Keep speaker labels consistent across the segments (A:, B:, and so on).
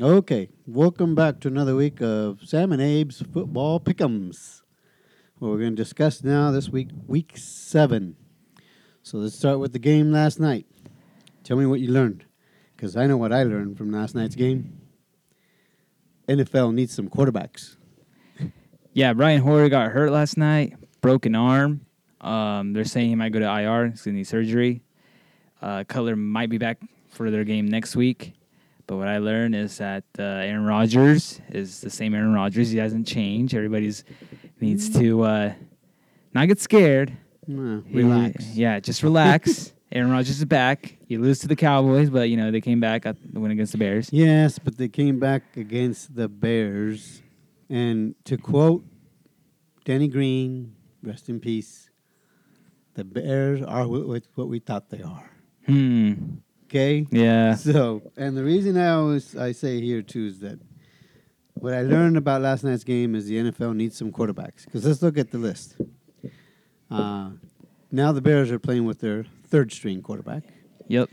A: Okay, welcome back to another week of Sam and Abe's Football Pick'ems. What we're going to discuss now this week, week seven. So let's start with the game last night. Tell me what you learned, because I know what I learned from last night's game. NFL needs some quarterbacks.
B: Yeah, Brian Hoyer got hurt last night, broken arm. Um, they're saying he might go to IR. He's gonna need surgery. Uh, Cutler might be back for their game next week. But what I learned is that uh, Aaron Rodgers is the same Aaron Rodgers. He hasn't changed. Everybody's needs to uh, not get scared.
A: Nah,
B: He-
A: relax.
B: yeah, just relax. Aaron Rodgers is back. You lose to the Cowboys, but you know they came back. Got the win against the Bears.
A: Yes, but they came back against the Bears. And to quote Danny Green, rest in peace, the Bears are wh- wh- what we thought they are.
B: Hmm.
A: Okay?
B: Yeah.
A: So, and the reason I always I say here too is that what I learned about last night's game is the NFL needs some quarterbacks. Because let's look at the list. Uh, now the Bears are playing with their third string quarterback.
B: Yep.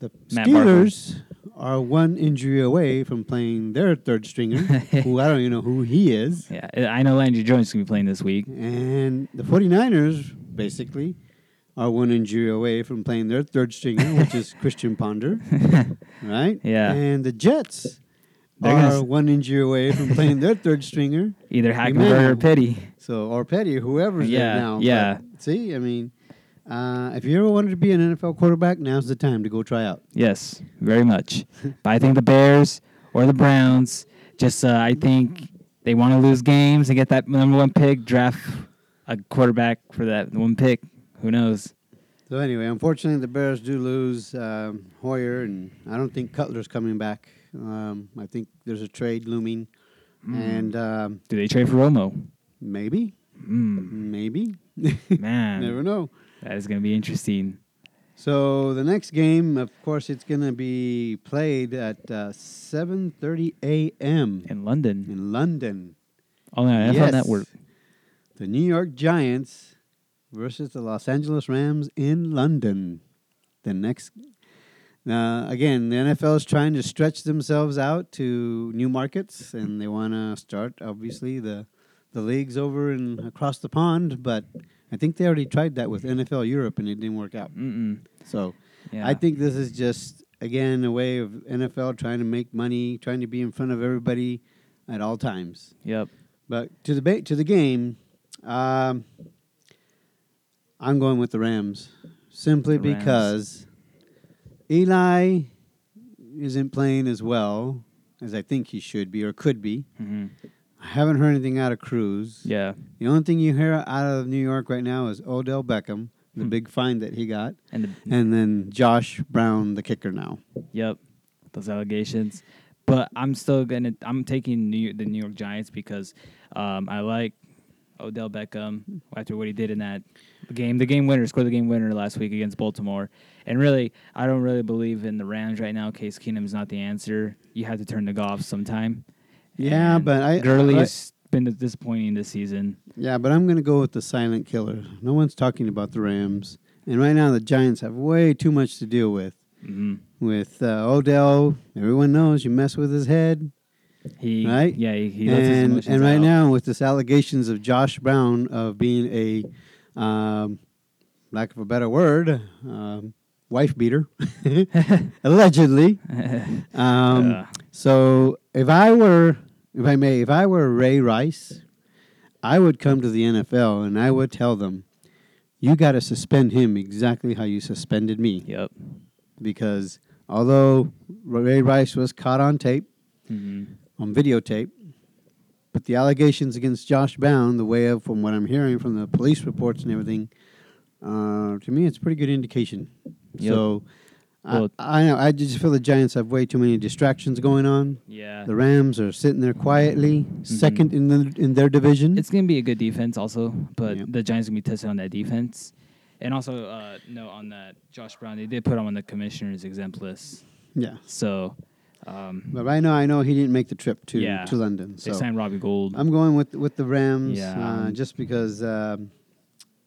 A: The
B: Matt
A: Steelers are one injury away from playing their third stringer, who I don't even know who he is.
B: Yeah. I know Landry Jones is gonna be playing this week.
A: And the 49ers, basically, are one injury away from playing their third stringer, which is Christian Ponder, right?
B: Yeah.
A: And the Jets
B: They're
A: are
B: gonna s-
A: one injury away from playing their third stringer.
B: Either
A: may
B: Hackenberg or
A: have-
B: Petty.
A: So, or Petty, whoever's there
B: Yeah,
A: now. but
B: yeah.
A: see, I mean, uh, if you ever wanted to be an NFL quarterback, now's the time to go try out.
B: Yes, very much. but I think the Bears or the Browns, just uh, I think they want to lose games and get that number one pick, draft a quarterback for that one pick. Who knows?
A: So anyway, unfortunately, the Bears do lose um, Hoyer, and I don't think Cutler's coming back. Um, I think there's a trade looming,
B: Hmm.
A: and um,
B: Do they trade for Romo?
A: maybe,
B: Mm,
A: maybe,
B: man,
A: never know.
B: that is going to be interesting.
A: So the next game, of course, it's going to be played at uh, 7:30 a.m.
B: In London,
A: in London.
B: only on NFL
A: Yes.
B: Network.
A: The New York Giants versus the Los Angeles Rams in London. The next, now again, the NFL is trying to stretch themselves out to new markets, and they want to start obviously the the leagues over and across the pond. But I think they already tried that with NFL Europe, and it didn't work out.
B: Mm-mm.
A: So
B: Yeah.
A: I think this is just again a way of NFL trying to make money, trying to be in front of everybody at all times.
B: Yep.
A: But to the ba- to the game, um, I'm going with the Rams simply
B: The Rams.
A: because Eli isn't playing as well as I think he should be or could be.
B: hmm
A: I haven't heard anything out of Cruz.
B: Yeah.
A: The only thing you hear out of New York right now is Odell Beckham, the
B: Hmm.
A: big find that he got,
B: And the
A: and then Josh Brown, the kicker now.
B: Yep, those allegations. But I'm still gonna. I'm taking New, the New York Giants because um, I like Odell Beckham after what he did in that game, the game winner, scored the game winner last week against Baltimore. And really, I don't really believe in the Rams right now. Case Keenum's not the answer. You have to turn to Goff sometime.
A: Yeah,
B: And
A: but I-
B: Gurley
A: I-
B: has been disappointing this season.
A: Yeah, but I'm going to go with the silent killer. No one's talking about the Rams, and right now the Giants have way too much to deal with.
B: hmm
A: With uh, Odell, everyone knows you mess with his head,
B: He
A: Right?
B: Yeah, he, he lets his
A: and
B: emotions
A: and right
B: out.
A: now with this allegations of Josh Brown of being a, um, lack of a better word, um, wife beater, allegedly. Um,
B: Yeah.
A: So if I were, if I may, if I were Ray Rice, I would come to the NFL and I would tell them, you got to suspend him exactly how you suspended me,
B: Yep.
A: because although Ray Rice was caught on tape,
B: hmm
A: on videotape. But the allegations against Josh Brown, the way of from what I'm hearing from the police reports and everything, uh, to me, it's a pretty good indication.
B: Yep.
A: So,
B: Well-
A: I, I know I just feel the Giants have way too many distractions going on.
B: Yeah.
A: The Rams are sitting there quietly, second in the, in their division.
B: Mm-hmm. It's gonna be a good defense also, but
A: Yeah.
B: the Giants gonna be tested on that defense. And also, uh, note on that Josh Brown, they did put him on the commissioner's exempt list.
A: yeah,
B: So um,
A: but right now I know he didn't make the trip to
B: Yeah.
A: to London. So
B: they signed Robbie Gold.
A: I'm going with with the Rams,
B: Yeah,
A: uh,
B: I'm-
A: just because um,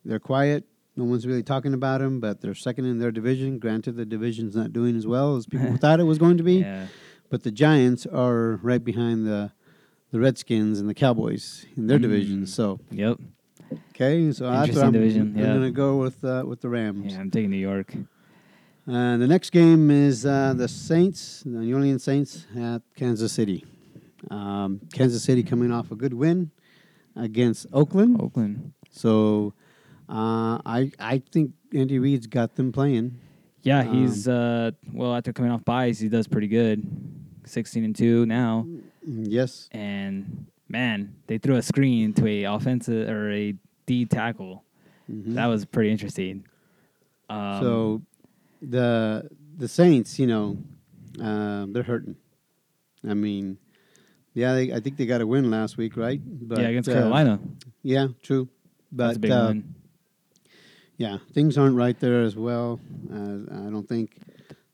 A: they're quiet. No one's really talking about them, but they're second in their division. Granted, the division's not doing as well as people thought it was going to be,
B: yeah.
A: But the Giants are right behind the the Redskins and the Cowboys in their division.
B: Mm.
A: So
B: Yep.
A: okay, so that's
B: Interesting
A: what I'm,
B: division,
A: I'm
B: yeah.
A: gonna go with uh, with the Rams.
B: Yeah, I'm taking New York.
A: Uh, the next game is uh, the Saints, the New Orleans Saints at Kansas City. Um, Kansas City coming off a good win against Oakland,
B: Oakland.
A: so uh, I I think Andy Reid's got them playing.
B: Yeah,
A: Um,
B: he's uh well after coming off buys, he does pretty good. Sixteen and two now.
A: Mm, Yes,
B: And man, they threw a screen to a offensive or a D tackle.
A: Mhm.
B: That was pretty interesting. Um,
A: so the the Saints, you know, uh, they're hurting. I mean, yeah, they, I think they got a win last week, right? But,
B: yeah, against
A: uh,
B: Carolina,
A: Yeah, true. But
B: that's a big
A: uh,
B: one.
A: yeah, things aren't right there as well. Uh, I don't think,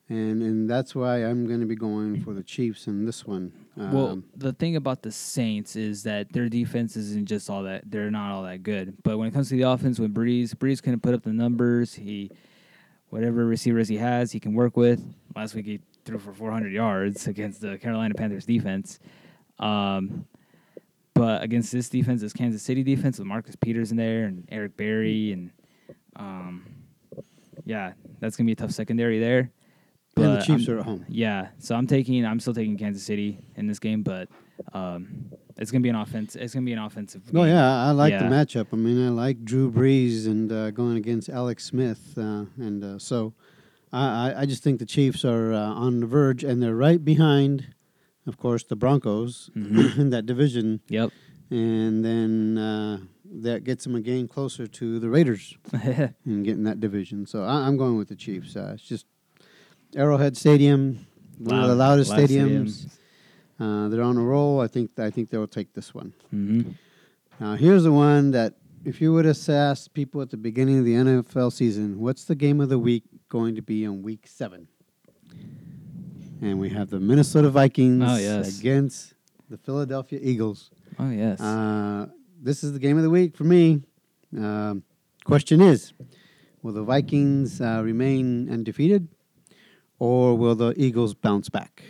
A: and and that's why I'm going to be going for the Chiefs in this one. Um,
B: well, the thing about the Saints is that their defense isn't just all that; they're not all that good. But when it comes to the offense, when Breeze Breeze can put up the numbers, he whatever receivers he has, he can work with. Last week he threw for 400 yards against the Carolina Panthers defense. Um, but against this defense, this Kansas City defense with Marcus Peters in there and Eric Berry and um, yeah, that's gonna be a tough secondary there.
A: and the
B: but
A: Chiefs
B: I'm-
A: are at home.
B: yeah, so I'm taking. I'm still taking Kansas City in this game, but um, it's gonna be an offense. It's gonna be an offensive.
A: Oh
B: game.
A: yeah, I like
B: Yeah.
A: the matchup. I mean, I like Drew Brees and uh, going against Alex Smith, uh, and uh, so I, I- I just think the Chiefs are uh, on the verge, and they're right behind, of course, the Broncos
B: Mhm.
A: in that division,
B: Yep.
A: and then uh, that gets them a game closer to the Raiders. and getting that division. So I, I'm going with the Chiefs. Uh, it's just Arrowhead Stadium, one of the loudest stadiums. Uh, they're on a roll. I think I think they'll take this one.
B: Mm-hmm.
A: Now here's the one that if you would have asked people at the beginning of the NFL season, what's the game of the week going to be on Week Seven? And we have the Minnesota Vikings
B: Oh, yes.
A: against the Philadelphia Eagles.
B: Oh yes.
A: Uh, this is the game of the week for me. Um, question is Will the Vikings uh, remain undefeated or will the Eagles bounce back?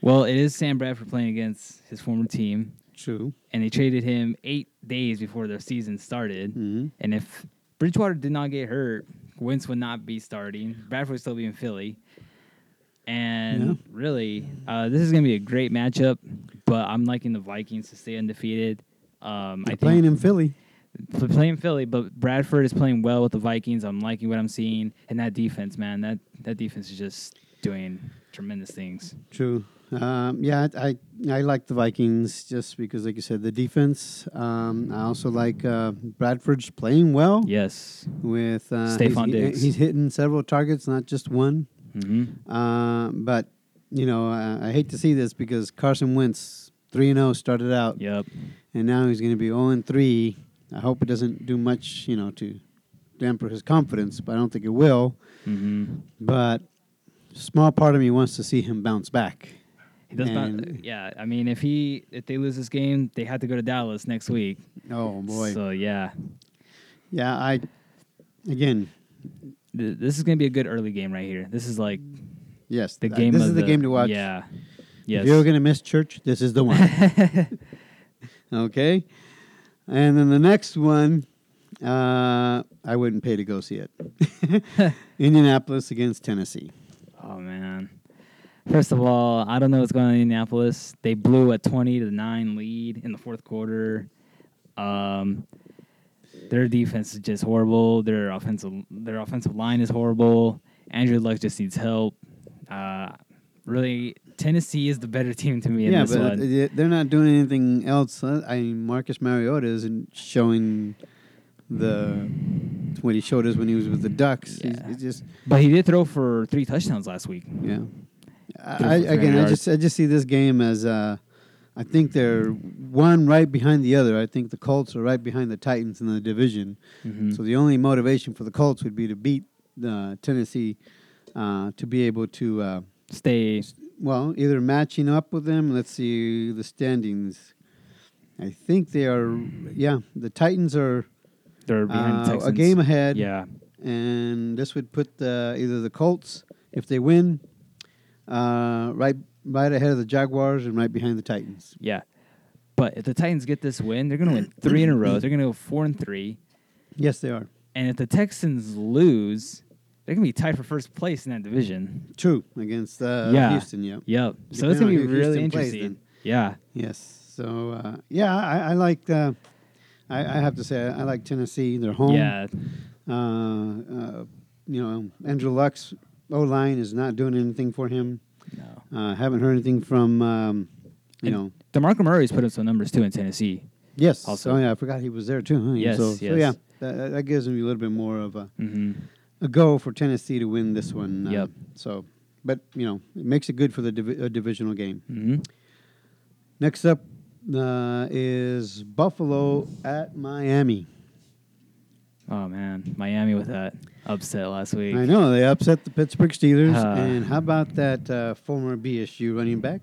B: well, it is Sam Bradford playing against his former team,
A: True.
B: and they traded him eight days before their season started.
A: Mhm.
B: And if Bridgewater did not get hurt, Wentz would not be starting. Bradford would still be in Philly. And
A: Yeah.
B: really, uh, this is going to be a great matchup, but I'm liking the Vikings to stay undefeated. Um, I
A: They're
B: think
A: playing in Philly.
B: f- playing Philly, but Bradford is playing well with the Vikings. I'm liking what I'm seeing, and that defense, man, that that defense is just doing tremendous things.
A: True. Um, yeah, I, I I like the Vikings just because, like you said, the defense. Um, I also like uh, Bradford's playing well
B: Yes.
A: with uh,
B: Stephon
A: he's,
B: Diggs.
A: he's hitting several targets, not just one.
B: hmm
A: Uh, but you know, I, I hate to see this because Carson Wentz three and zero started out,
B: Yep.
A: and now he's going to be zero and three. I hope it doesn't do much, you know, to damper his confidence, but I don't think it will.
B: hmm
A: But small part of me wants to see him bounce back.
B: He does not.
A: And-
B: Yeah, I mean, if he if they lose this game, they have to go to Dallas next week.
A: Oh boy,
B: So yeah,
A: yeah. I again,
B: Th- this is gonna be a good early game right here. This is like
A: yes,
B: the
A: th-
B: game.
A: This
B: of
A: is the, game to watch.
B: Yeah. Yes.
A: If you're going to miss church, this is the one. okay. And then the next one, uh, I wouldn't pay to go see it. Indianapolis against Tennessee.
B: oh man. First of all, I don't know what's going on in Indianapolis. They blew a twenty to nine lead in the fourth quarter. Um, their defense is just horrible. Their offensive their offensive line is horrible. Andrew Luck just needs help. Uh, really, Tennessee is the better team to me in
A: yeah,
B: this
A: but
B: one.
A: th- they're not doing anything else. Uh, I mean, Marcus Mariota isn't showing the what he showed us when he was with the Ducks. He's-
B: Yeah.
A: He's, just
B: but he did throw for three touchdowns last week.
A: yeah. I,
B: Threw
A: I,
B: for 300
A: again, I
B: yards.
A: just I just see this game as uh, I think they're one right behind the other. I think the Colts are right behind the Titans in the division.
B: Mhm.
A: So the only motivation for the Colts would be to beat uh, Tennessee uh, to be able to, uh,
B: Stay
A: well, either matching up with them. Let's see the standings. I think they are, yeah, the Titans are
B: They're behind the
A: uh,
B: Texans.
A: a game ahead.
B: Yeah.
A: And this would put the, either the Colts, if they win, uh, right right ahead of the Jaguars and right behind the Titans.
B: Yeah. But if the Titans get this win, they're going to win three in a row. They're going to go four and three.
A: Yes, they are.
B: And if the Texans lose, they're going to be tied for first place in that division.
A: True against uh,
B: Yeah.
A: Houston. Yep.
B: Yep.
A: Depending
B: So it's going
A: on
B: to be
A: who
B: really
A: Houston plays,
B: interesting.
A: then.
B: yeah.
A: Yes. So uh, yeah, I, I like. Uh, I, I have to say I like Tennessee. They're home.
B: Yeah.
A: Uh, uh, you know, Andrew Luck's O line is not doing anything for him.
B: No.
A: Uh, haven't heard anything from. Um, you
B: And-
A: know.
B: DeMarco Murray's put up some numbers too in Tennessee.
A: Yes.
B: also-
A: oh yeah, I forgot he was there too. Huh?
B: Yes,
A: So, so
B: yes.
A: yeah, that, that- that gives me a little bit more of a,
B: hmm
A: a go for Tennessee to win this one. uh,
B: Yep.
A: So, but you know, it makes it good for the divi- a divisional game.
B: hmm
A: Next up uh, is Buffalo at Miami.
B: Oh man, Miami with that upset last week.
A: I know they upset the Pittsburgh Steelers,
B: Uh.
A: and how about that uh, former BSU running back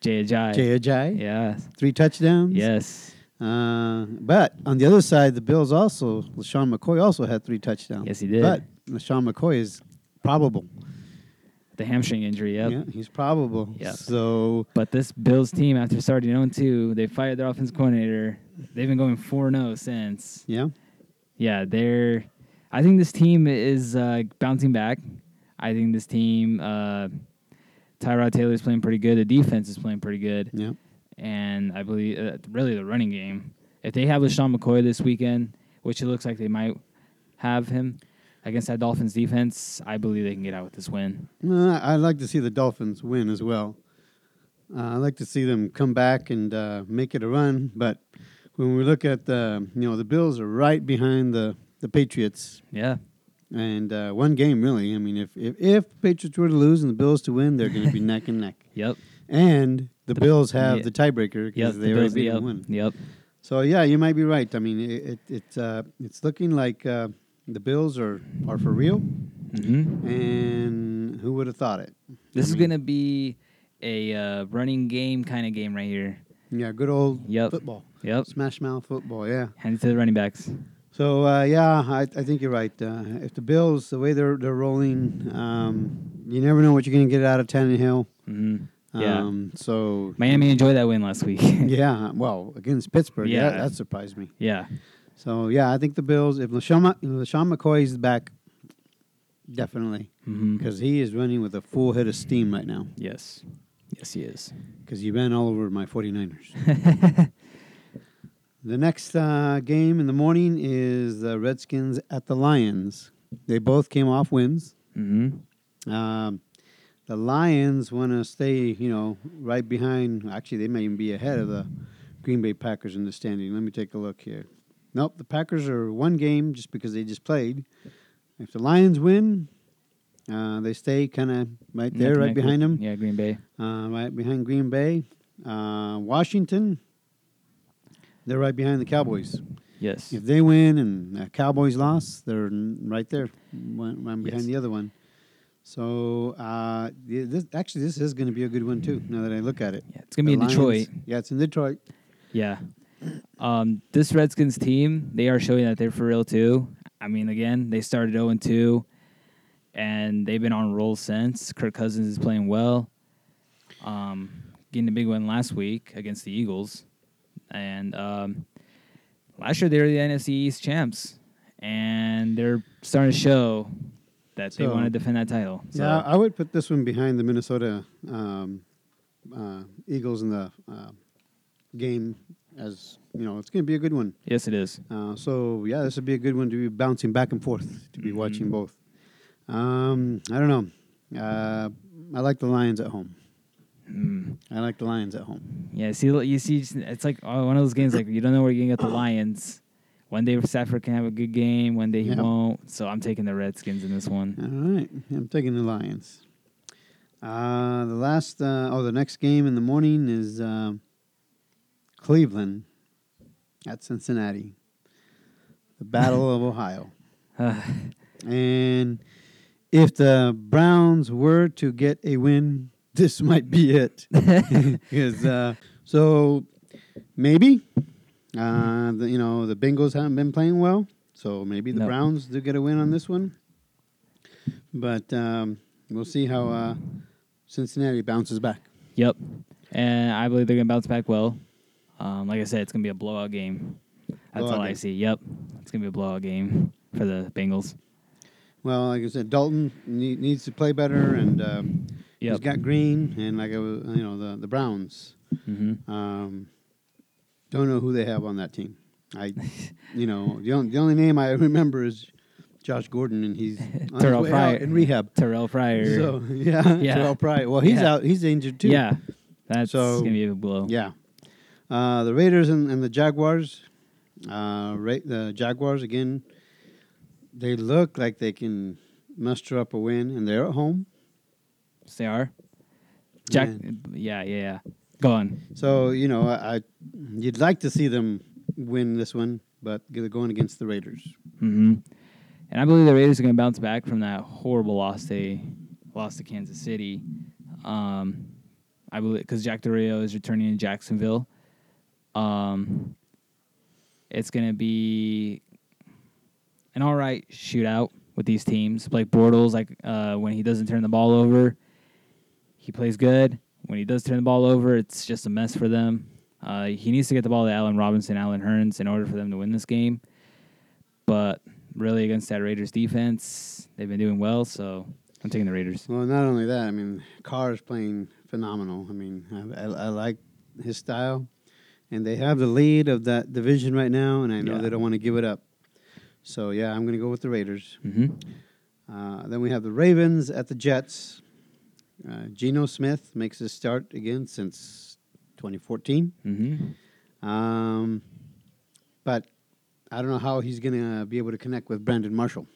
B: Jay Ajayi.
A: Jay Ajayi?
B: Yeah.
A: Three touchdowns.
B: Yes.
A: Uh, but on the other side, the Bills also LaShawn McCoy also had three touchdowns.
B: Yes, he did.
A: But LaShawn McCoy is probable.
B: The hamstring injury. Yep.
A: Yeah, he's probable.
B: Yep.
A: So
B: But this Bills team, after starting 0 2, they fired their offensive coordinator. They've been going 4 0 since.
A: yeah,
B: Yeah, they're. I think this team is uh, bouncing back. I think this team, uh, Tyrod Taylor is playing pretty good. The defense is playing pretty good.
A: yeah,
B: And I believe, uh, really, the running game. If they have LaShawn McCoy this weekend, which it looks like they might have him against that Dolphins defense, I believe they can get out with this win.
A: Uh, I- I'd like to see the Dolphins win as well. Uh, I'd like to see them come back and uh, make it a run. But when we look at the, you know, the Bills are right behind the the Patriots,
B: Yeah.
A: and uh, one game really. I mean, if if, if Patriots were to lose and the Bills to win, they're going to be neck and neck.
B: Yep.
A: And the,
B: The-
A: Bills have
B: yeah.
A: the tiebreaker
B: Yep.
A: because they
B: the
A: already
B: Bills-
A: beat
B: yep.
A: them one.
B: Yep.
A: So yeah, you might be right. I mean, it, it it's uh, it's looking like uh, the Bills are are for real.
B: hmm
A: And who would have thought it?
B: This
A: I
B: is
A: mean-
B: gonna be a uh, running game kind of game right here.
A: Yeah, good old
B: Yep.
A: football.
B: Yep.
A: Smash mouth football, yeah.
B: Hand it to the running backs.
A: So, uh, yeah, I, I think you're right. Uh, if the Bills, the way they're, they're rolling, um, you never know what you're going to get out of Tannehill.
B: hmm yeah.
A: Um, So,
B: Miami enjoyed that win last week.
A: yeah, well, against Pittsburgh, yeah,
B: Yeah.
A: that surprised me.
B: yeah.
A: So, yeah, I think the Bills, if LaShawn, Ma- LaShawn McCoy's back, definitely,
B: hmm
A: because he is running with a full head of steam right now,
B: Yes. Yes, he is.
A: because he ran all over my 49ers. The next uh, game in the morning is the Redskins at the Lions. They both came off wins.
B: hmm
A: Um, the Lions want to stay, you know, right behind. Actually, they may even be ahead of the Green Bay Packers in the standing. Let me take a look here. Nope, the Packers are one game just because they just played. If the Lions win, uh, they stay kind of right there, right behind them,
B: Yeah, Green Bay.
A: uh, right behind Green Bay. Uh, Washington, they're right behind the Cowboys.
B: Yes.
A: If they win and the Cowboys lost, they're n- right there, one, one behind
B: Yes.
A: the other one. So uh, th- this, actually, this is going to be a good one too. Now that I look at it,
B: Yeah, it's gonna be in
A: The Lions-
B: Detroit.
A: Yeah, it's in Detroit.
B: Yeah. Um, this Redskins team, they are showing that they're for real too. I mean, again, they started 0 2, and they've been on a roll since. Kirk Cousins is playing well, um, getting a big win last week against the Eagles. And um, last year, they were the NFC East champs, and they're starting to show that they
A: So-
B: want to defend that title. So,
A: Yeah, I would put this one behind the Minnesota um, uh, Eagles in the uh, game. As you know, it's going to be a good one.
B: yes, it is.
A: Uh, so yeah, this would be a good one to be bouncing back and forth to be
B: Mhm.
A: watching both. Um, I don't know. Uh, I like the Lions at home.
B: Mm.
A: I like the Lions at home.
B: Yeah, see, you see, it's like oh, one of those games like you don't know where you're gonna get the Lions. One day Stafford can have a good game, one day he
A: Yeah.
B: won't. So I'm taking the Redskins in this one.
A: All right, I'm taking the Lions. Uh, the last, uh, oh, the next game in the morning is uh, Cleveland at Cincinnati, the Battle of Ohio. And if the Browns were to get a win, this might be it. 'Cause, uh, so maybe uh, the, you know the Bengals haven't been playing well, so maybe the
B: No.
A: Browns do get a win on this one. But um, we'll see how uh, Cincinnati bounces back.
B: Yep. And I believe they're going to bounce back well. Um, like I said, it's going to be a blowout game. That's
A: Blowout
B: all I
A: game.
B: see. Yep. It's going to be a blowout game for the Bengals.
A: Well, like I said, Dalton nee- needs to play better, and um,
B: Yep.
A: he's got Green and like I was, you know the the Browns.
B: hmm
A: Um, don't know who they have on that team. I, you know, the only, the only name I remember is Josh Gordon, and he's on his
B: Terrell
A: way
B: Pryor.
A: out in rehab.
B: Terrell Pryor.
A: So yeah,
B: Yeah.
A: Terrell Pryor. Well, he's
B: Yeah.
A: out. He's injured too.
B: yeah. That's
A: So-
B: going to be a blow.
A: Yeah. Uh, the Raiders and, and the Jaguars. Uh, Ra- the Jaguars again. They look like they can muster up a win, and they're at home.
B: Yes, They are. Jack.
A: Man.
B: Yeah, yeah, yeah. Go on.
A: So you know, I, I you'd like to see them win this one, but they're going against the Raiders.
B: hmm And I believe the Raiders are going to bounce back from that horrible loss they lost to Kansas City. Um, I believe because Jack Dorio is returning to Jacksonville. Um, it's going to be an all right shootout with these teams. Blake Bortles, like uh, when he doesn't turn the ball over, he plays good. When he does turn the ball over, it's just a mess for them. Uh, he needs to get the ball to Allen Robinson, Allen Hearns, in order for them to win this game. But really, against that Raiders defense, they've been doing well, so I'm taking the Raiders.
A: Well, not only that, I mean, Carr is playing phenomenal. I mean, I, I, I like his style, and they have the lead of that division right now, and I know
B: Yeah.
A: they don't want to give it up. So yeah, I'm going to go with the Raiders.
B: hmm
A: Uh, then we have the Ravens at the Jets. Uh, Geno Smith makes his start again since 2014.
B: hmm
A: Um, but I don't know how he's going to be able to connect with Brandon Marshall.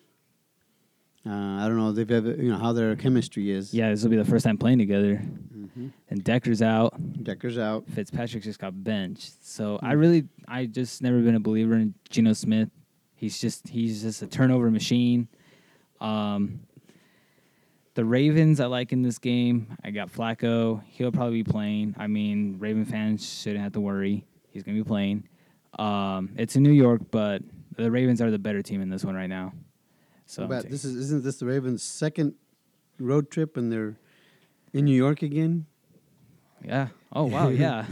A: Uh, I don't know if they've ever, you know, how their chemistry is.
B: Yeah, this will be the first time playing together.
A: Mhm.
B: And Decker's out.
A: Decker's out.
B: Fitzpatrick just got benched. So
A: Hmm.
B: I really, I just never been a believer in Geno Smith. He's just, he's just a turnover machine. Um, the Ravens I like in this game. I got Flacco. He'll probably be playing. I mean, Raven fans shouldn't have to worry. He's gonna be playing. Um, it's in New York, but the Ravens are the better team in this one right now. So I'm
A: but
B: taking-
A: this is isn't this the Ravens' second road trip, and they're in New York again.
B: yeah. Oh wow. Yeah.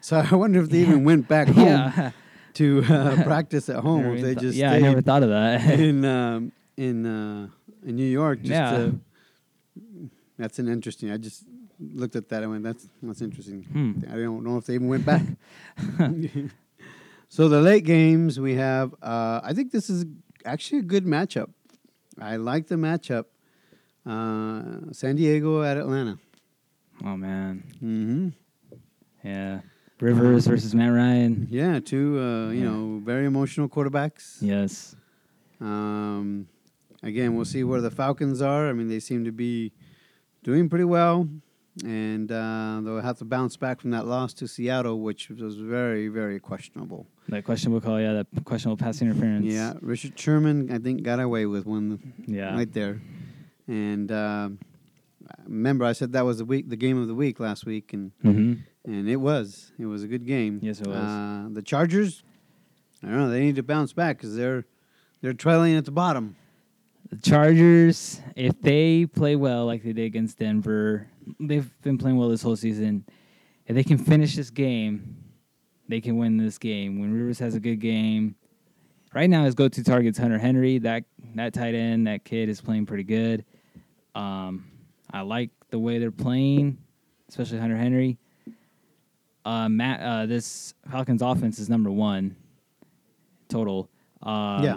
A: So I wonder if they even went back home
B: yeah.
A: to uh, practice at home,
B: Never
A: or if
B: even
A: they
B: thought-
A: just
B: yeah. I
A: stayed
B: never thought of that.
A: in um, in uh, in New York. Just
B: Yeah.
A: to, that's an interesting. I just looked at that. I went, that's that's interesting.
B: Hmm.
A: I don't know if they even went back. so the late games we have. Uh, I think this is actually a good matchup. I like the matchup. Uh, San Diego at Atlanta.
B: oh man.
A: Mm-hmm.
B: Yeah. Rivers versus Matt Ryan.
A: Yeah, two uh, you
B: Yeah.
A: know very emotional quarterbacks.
B: Yes.
A: Um, again, we'll see where the Falcons are. I mean, they seem to be doing pretty well, and uh, they'll have to bounce back from that loss to Seattle, which was very, very questionable.
B: That questionable call. Yeah. That questionable pass interference.
A: Yeah, Richard Sherman, I think, got away with one
B: Yeah.
A: right there. And um, I remember, I said that was the week, the game of the week last week, and
B: hmm
A: and it was, it was a good game.
B: Yes, it was.
A: Uh, the Chargers, I don't know, they need to bounce back because they're they're trailing at the bottom.
B: The Chargers, if they play well like they did against Denver, they've been playing well this whole season. If they can finish this game, they can win this game. When Rivers has a good game, right now his go-to target's Hunter Henry. That that tight end, that kid is playing pretty good. Um, I like the way they're playing, especially Hunter Henry. Uh, Matt, uh, this Falcons offense is number one total. Um,
A: Yeah.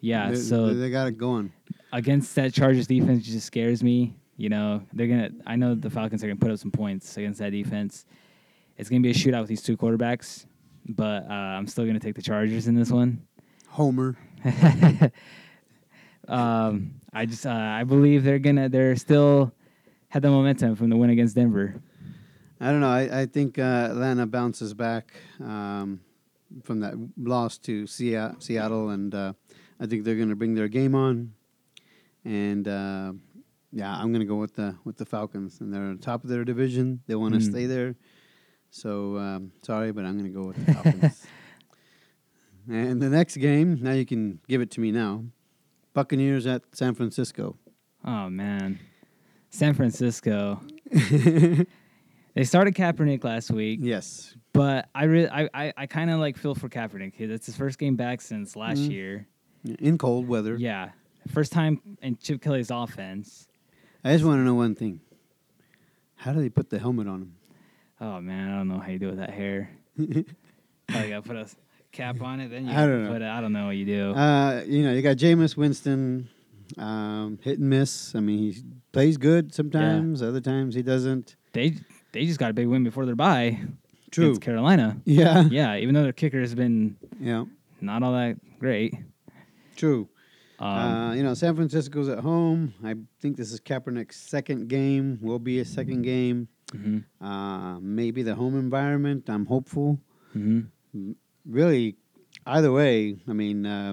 B: yeah.
A: They-
B: so
A: they, they got it going.
B: against that Chargers defense just scares me. You know, they're gonna. I know the Falcons are gonna put up some points against that defense. It's gonna be a shootout with these two quarterbacks, but uh, I'm still gonna take the Chargers in this one.
A: Homer.
B: Um, I just uh, I believe they're gonna. They're still had the momentum from the win against Denver.
A: I don't know. I, I think uh, Atlanta bounces back um, from that loss to Sea- Seattle, and uh, I think they're going to bring their game on. And uh, yeah, I'm going to go with the with the Falcons, and they're on top of their division. They want to
B: Mm.
A: stay there. So um, sorry, but I'm going to go with the Falcons. and the next game, now you can give it to me now. Buccaneers at San Francisco.
B: Oh man, San Francisco. They started Kaepernick last week,
A: yes.
B: but I re- I, I, I kind of like feel for Kaepernick. That's his first game back since last
A: Mhm.
B: year.
A: In cold weather.
B: Yeah, first time in Chip Kelly's offense.
A: I just want to know one thing. How do they put the helmet on him?
B: Oh man, I don't know how you do with that hair. Probably gotta put a cap on it. Then you
A: I
B: I
A: don't know.
B: put it. I don't know what you do.
A: Uh, you know, you got Jameis Winston, um, hit and miss. I mean, he plays good sometimes, other times he doesn't.
B: they they just got a big win before their bye
A: True.
B: against Carolina.
A: Yeah. yeah.
B: Yeah, even though their kicker has been not all that great.
A: True.
B: Um,
A: uh, you know, San Francisco's at home. I think this is Kaepernick's second game, will be his second game.
B: mhm,
A: Uh, maybe the home environment. I'm hopeful.
B: mhm.
A: Really, either way, I mean, uh,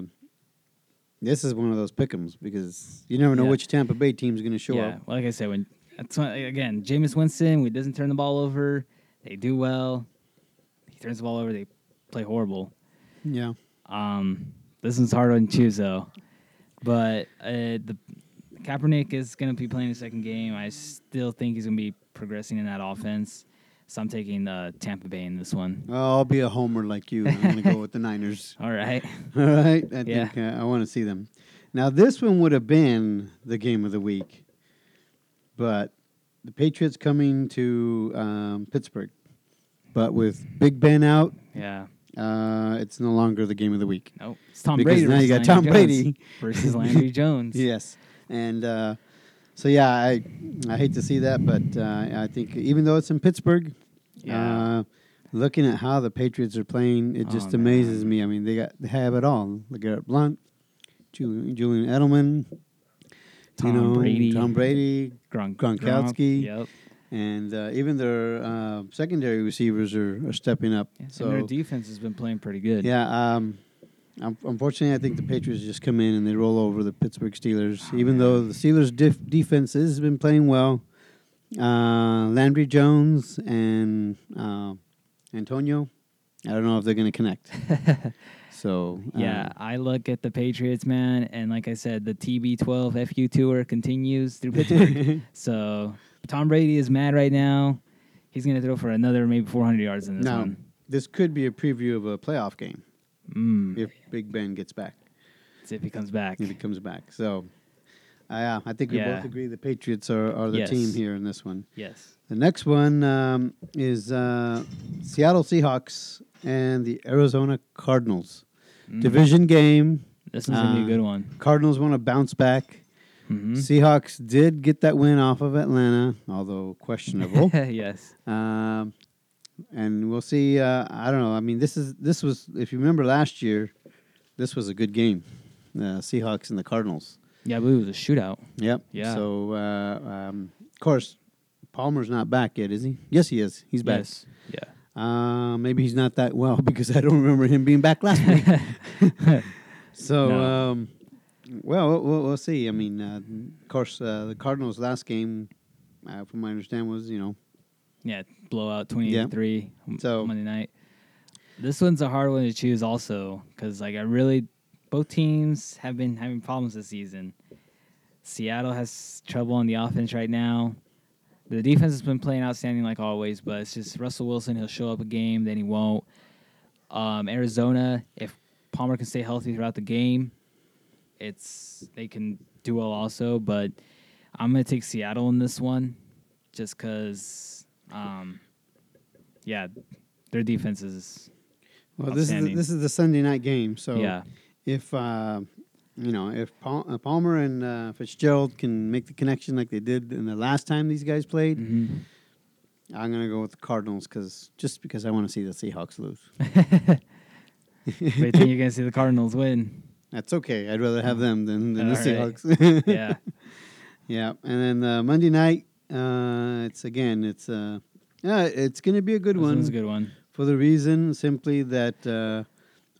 A: this is one of those pickems because you never know
B: Yeah.
A: which Tampa Bay team's going to show
B: yeah,
A: up.
B: like I said, when that's when, again, Jameis Winston, we doesn't turn the ball over. They do well. He turns the ball over. They play horrible.
A: Yeah.
B: Um, this one's hard on choose though, but uh, the Kaepernick is going to be playing the second game. I still think he's going to be progressing in that offense, so I'm taking uh, Tampa Bay in this one.
A: Oh, I'll be a homer like you. I'm going to go with the Niners.
B: All right,
A: All right. I
B: Yeah.
A: think uh, I want to see them. Now, this one would have been the game of the week, but the Patriots coming to um, Pittsburgh. But with Big Ben out,
B: yeah,
A: uh, it's no longer the game of the week.
B: nope. It's Tom
A: Because
B: Brady.
A: now you
B: versus
A: got
B: Landry
A: Tom
B: Jones
A: Brady.
B: versus Landry Jones.
A: Yes. And uh, so, yeah, I, I hate to see that, but uh, I think even though it's in Pittsburgh,
B: Yeah.
A: uh, looking at how the Patriots are playing, it just
B: Oh,
A: amazes me. I mean, they got they have it all. Garrett Blunt, Julian, Julian Edelman,
B: Tom
A: you know,
B: Brady.
A: Tom Brady,
B: Gronk-
A: Gronkowski.
B: Gronk, Yep.
A: and uh, even their uh, secondary receivers are, are stepping up.
B: Yeah,
A: so
B: and their defense has been playing pretty good.
A: yeah, um, un- unfortunately, I think the Patriots just come in and they roll over the Pittsburgh Steelers.
B: Oh,
A: even
B: man.
A: though the Steelers' def- defense has been playing well, uh, Landry Jones and uh, Antonio, I don't know if they're going to connect. so uh,
B: Yeah, I look at the Patriots, man, and like I said, the TB12 FU tour continues through Pittsburgh. so Tom Brady is mad right now. He's going to throw for another maybe 400 yards in this
A: now
B: one.
A: this could be a preview of a playoff game
B: Mm,
A: if Big Ben gets back,
B: see if he comes back.
A: if he comes back. So. Uh, I think we
B: Yeah.
A: both agree the Patriots are, are the
B: Yes.
A: team here in this one.
B: Yes.
A: The next one um, is uh, Seattle Seahawks and the Arizona Cardinals.
B: Mm.
A: Division game.
B: This one's going to be
A: uh,
B: a good one.
A: Cardinals want to bounce back.
B: Mhm.
A: Seahawks did get that win off of Atlanta, although questionable.
B: yes.
A: um, and we'll see. Uh, I don't know. I mean, this is this was if you remember last year, this was a good game. Uh, Seahawks and the Cardinals.
B: Yeah, I believe it was a shootout.
A: Yep.
B: Yeah.
A: So uh, um, of course, Palmer's not back yet, is he? Yes, he is. He's back.
B: Yes. Yeah.
A: Uh, maybe he's not that well because I don't remember him being back last week. so,
B: No.
A: um, well, we'll- we'll, we'll see. I mean, uh, of course, uh, the Cardinals' last game, uh, from my understand, was you know,
B: Yeah, blowout 23
A: So-
B: Monday night. This one's a hard one to choose also cuz like I really both teams have been having problems this season. Seattle has trouble on the offense right now. The defense has been playing outstanding like always, but it's just Russell Wilson, he'll show up a game, then he won't. Um, Arizona, if Palmer can stay healthy throughout the game, it's they can do well also, but I'm gonna take Seattle in this one, just because, um, yeah, their defense is
A: well, this is the,
B: Outstanding.
A: this is the Sunday night game. So,
B: yeah,
A: if uh, you know, if Pal- uh, Palmer and uh, Fitzgerald can make the connection like they did in the last time these guys played,
B: Mhm.
A: I'm gonna go with the Cardinals because just because I want to see the Seahawks lose.
B: but I think you're gonna see the Cardinals win.
A: That's okay. I'd rather have them than, than the
B: Mm. All right.
A: Seahawks.
B: Yeah,
A: Yeah, and then uh, Monday night, uh, it's again, it's uh, yeah, it's going to be a good
B: this
A: one
B: one's a good one.
A: for the reason simply that uh,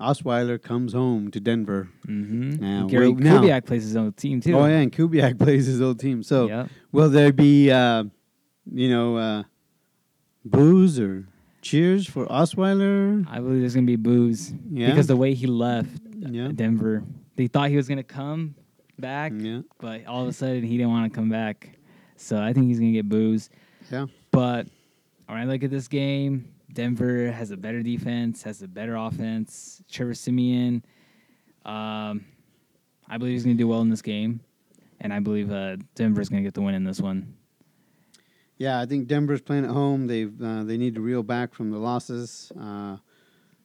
A: Osweiler comes home to Denver.
B: Mm-hmm.
A: Now,
B: Gary
A: wait, now-
B: Kubiak plays his own team too.
A: Oh yeah, and Kubiak plays his old team. So
B: Yep.
A: will there be, uh, you know, uh, boos or cheers for Osweiler?
B: I believe there's gonna be boos
A: Yeah.
B: because the way he left
A: Yeah,
B: Denver, they thought he was gonna come back,
A: yeah,
B: but all of a sudden he didn't want to come back. So I think he's gonna get boos.
A: Yeah.
B: But when I look at this game, Denver has a better defense, has a better offense. Trevor Simeon, um, I believe he's going to do well in this game, and I believe uh, Denver's going to get the win in this one.
A: Yeah, I think Denver's playing at home. They uh, they need to reel back from the losses. Uh,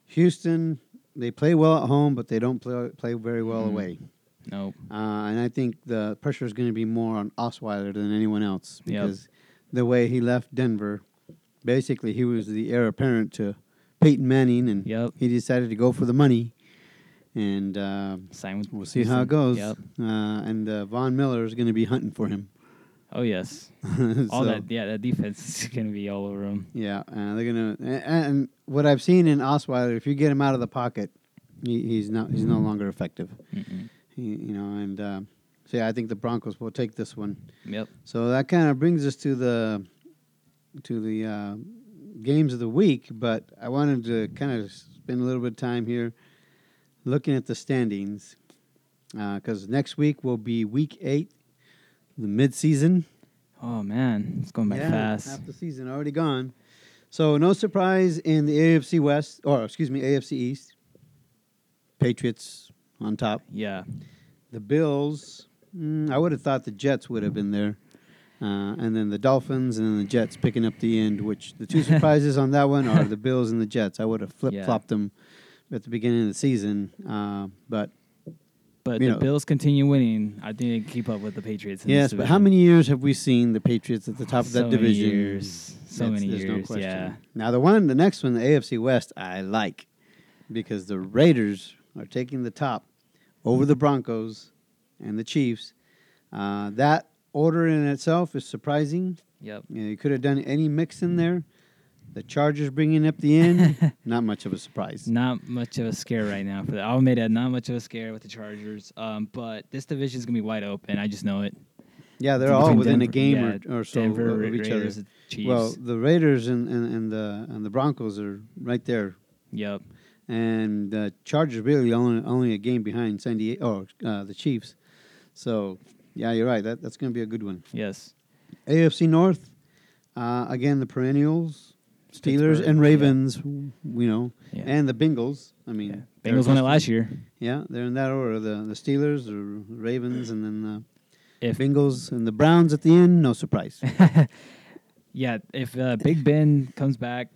A: Houston, they play well at home, but they don't play play very well
B: Mhm.
A: away.
B: Nope.
A: Uh, and I think the pressure is going to be more on Osweiler than anyone else
B: Yep.
A: because the way he left Denver, basically he was the heir apparent to Peyton Manning, and
B: Yep.
A: he decided to go for the money. And uh,
B: Sign with
A: we'll see how it
B: Houston.
A: goes.
B: Yep.
A: Uh, and uh, Von Miller is going to be hunting for him.
B: Oh yes. All
A: So-
B: that. Yeah, that defense is going to be all over him.
A: Yeah, uh, they're gonna. And, and what I've seen in Osweiler, if you get him out of the pocket, he, he's not. He's
B: Mm-hmm.
A: no longer effective.
B: Mm-mm.
A: He, you know, and uh, so yeah, I think the Broncos will take this one.
B: Yep.
A: So that kind of brings us to the to the uh, games of the week. But I wanted to kind of spend a little bit of time here looking at the standings because next week will be Week Eight, the midseason.
B: Oh man, it's going by fast.
A: Half the season already gone. So no surprise in the AFC West, or excuse me, AFC East. Patriots on top.
B: Yeah.
A: The Bills. Mm, I would have thought the Jets would have been there, uh, and then the Dolphins, and then the Jets picking up the end. Which the two surprises on that one are the Bills and the Jets. I would have flip flopped them at the beginning of the season, uh, but
B: But
A: You
B: the
A: know-
B: Bills continue winning. I think they can keep up with the Patriots. In this
A: yes. But how
B: division.
A: many years have we seen the Patriots at the top of
B: So
A: that
B: many
A: division?
B: years. So
A: That's-
B: many
A: there's no
B: years.
A: question.
B: yeah.
A: Now the one, the next one, the AFC West, I like because the Raiders are taking the top over the Broncos and the Chiefs. Uh, that order in itself is surprising.
B: Yep.
A: You, know, you could have done any mix in there. The Chargers bringing up the end, not much of a surprise.
B: Not much of a scare right now for the I'll admit that not much of a scare with the Chargers. Um, but this division is gonna be wide open. I just know it.
A: Yeah, they're
B: Between
A: all within a
B: Denver-
A: game
B: yeah,
A: or, or so
B: Denver,
A: of each
B: Raiders,
A: other.
B: Chiefs.
A: Well, the Raiders and, and, and the and the Broncos are right there
B: yep.
A: and the Chargers really only only a game behind San Diego or uh, the Chiefs. So yeah, you're right. That that's going to be a good one.
B: Yes.
A: AFC North, uh, again the perennials, Steelers
B: Pittsburgh,
A: and
B: yeah.
A: Ravens, you know,
B: Yeah.
A: and the Bengals. I mean,
B: yeah.
A: they're
B: Bengals won it
A: just-
B: last year.
A: Yeah, they're in that order: the the Steelers, the Ravens, and then the
B: If
A: Bengals and the Browns at the end. No surprise.
B: Yeah, if uh, Big Ben comes back,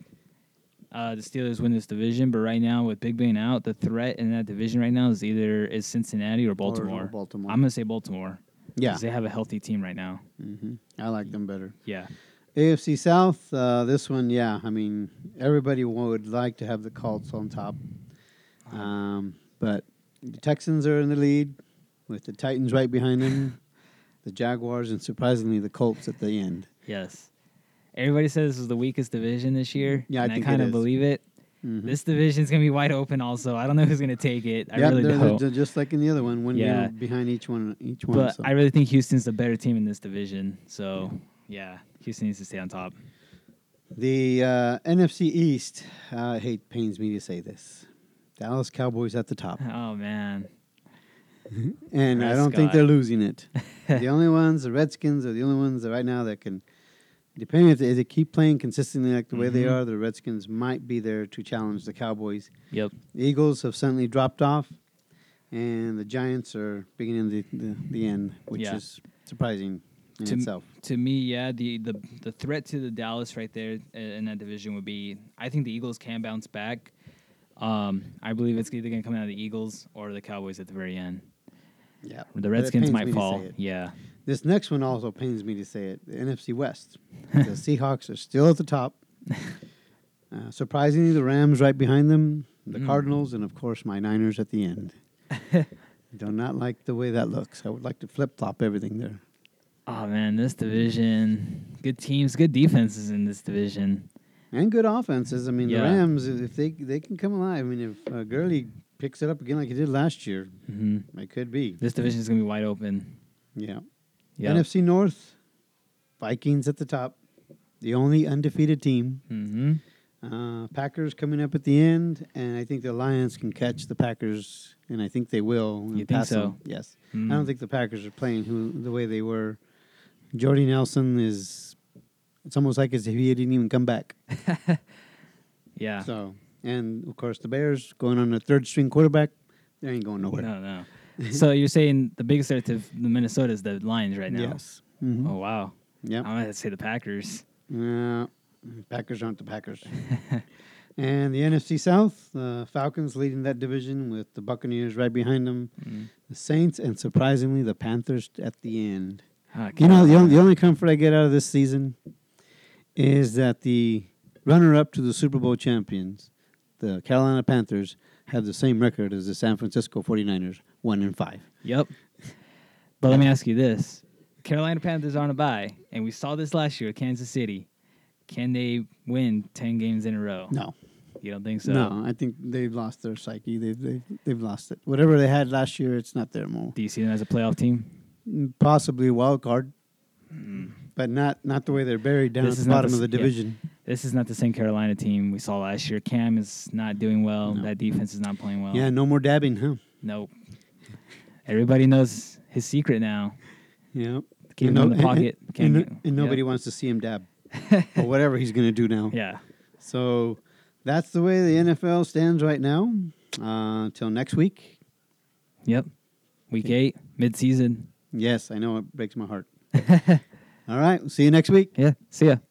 B: uh, the Steelers win this division. But right now, with Big Ben out, the threat in that division right now is either is Cincinnati or Baltimore.
A: Baltimore.
B: I'm gonna say Baltimore. 'cause
A: yeah,
B: they have a healthy team right now.
A: hmm I like them better.
B: Yeah,
A: AFC South, uh, this one, yeah. I mean, everybody would like to have the Colts on top. Um, but the Texans are in the lead with the Titans right behind them, the Jaguars, and surprisingly, the Colts at the end.
B: yes. Everybody says this is the weakest division this year.
A: Mm-hmm. Yeah, I
B: and I,
A: think it
B: kind of
A: is.
B: believe it.
A: Mhm.
B: This division's gonna be wide open. Also, I don't know who's gonna take it. I
A: Yep,
B: really
A: they're, they're
B: don't.
A: ju- just like in the other one, one
B: Yeah.
A: game behind each one. Each one.
B: But
A: so.
B: I really think Houston's the better team in this division. So yeah, Houston needs to stay on top.
A: the uh, NFC East, uh, I hate pains me to say this. Dallas Cowboys at the top,
B: Oh man.
A: and I don't think
B: Prescott.
A: they're losing it. the only ones, the Redskins are the only ones that right now that can, depending if they, if they keep playing consistently like the way they
B: Mhm.
A: are, the Redskins might be there to challenge the Cowboys.
B: Yep.
A: The Eagles have suddenly dropped off, and the Giants are beginning the, the, the end, which
B: Yeah.
A: is surprising in
B: To m-
A: itself.
B: To me, yeah, the, the the threat to the Dallas right there i- in that division would be. I think the Eagles can bounce back. Um, I believe it's either going to come out of the Eagles or the Cowboys at the very end.
A: Yeah, But
B: The
A: it
B: Redskins
A: pains
B: might
A: me to
B: fall.
A: say it.
B: Yeah,
A: This next one also pains me to say it. The NFC West, the Seahawks are still at the top. Uh, surprisingly, the Rams right behind them, the
B: Mm.
A: Cardinals, and of course my Niners at the end. Do not like the way that looks. I would like to flip flop everything there.
B: Oh man, this division. Good teams, good defenses in this division.
A: And good offenses. I mean, the
B: Yeah.
A: Rams, if they they can come alive. I mean, if uh, Gurley picks it up again like he did last year,
B: hmm
A: it could be.
B: This division is gonna be wide open.
A: Yeah.
B: Yeah.
A: NFC North, Vikings at the top, the only undefeated team.
B: hmm
A: Uh, Packers coming up at the end, and I think the Lions can catch the Packers, and I think they will. and
B: You think
A: pass
B: so? Hmm.
A: them. Yes.
B: Mm-hmm.
A: I don't think the Packers are playing who the way they were. Jordy Nelson is It's almost like as if he didn't even come back.
B: Yeah.
A: So, and of course, the Bears going on a third string quarterback, they ain't going nowhere.
B: No, no. so you're saying the biggest threat to the Minnesota is the Lions right now?
A: Yes. hmm
B: Oh wow.
A: Yep.
B: I'm gonna say the Packers.
A: No, Packers aren't the Packers. and the NFC South, the Falcons leading that division with the Buccaneers right behind them,
B: Mm.
A: the Saints, and surprisingly, the Panthers at the end.
B: Ah,
A: You know, the
B: Carolina.
A: only, the only comfort I get out of this season is that the runner up to the Super Bowl champions, the Carolina Panthers, have the same record as the San Francisco 49ers, one and five.
B: Yep. But let me ask you this: Carolina Panthers aren't a bye, and we saw this last year with Kansas City. Can they win ten games in a row?
A: No.
B: You don't think so?
A: no, I think they've lost their psyche. They've, they've, they've lost it. Whatever they had last year, it's not there anymore.
B: Do you see them as a playoff team?
A: possibly a wild card, but not not the way they're buried down
B: This
A: at
B: is
A: the
B: not
A: bottom
B: the
A: of the
B: s- yeah.
A: division.
B: This is not the same Carolina team we saw last year. Cam is not doing well.
A: No.
B: That defense is not playing well.
A: Yeah, no more dabbing, huh?
B: Nope. Everybody knows his secret now.
A: Yeah,
B: Keep him in the pocket.
A: and,
B: Can't
A: and-
B: get him.
A: and nobody wants to see him dab or whatever he's going to do now.
B: Yeah.
A: So that's the way the NFL stands right now. Uh, until next week.
B: Yep. Week eight, mid season.
A: Yes, I know it breaks my heart. All right, we'll see you next week.
B: Yeah. See ya.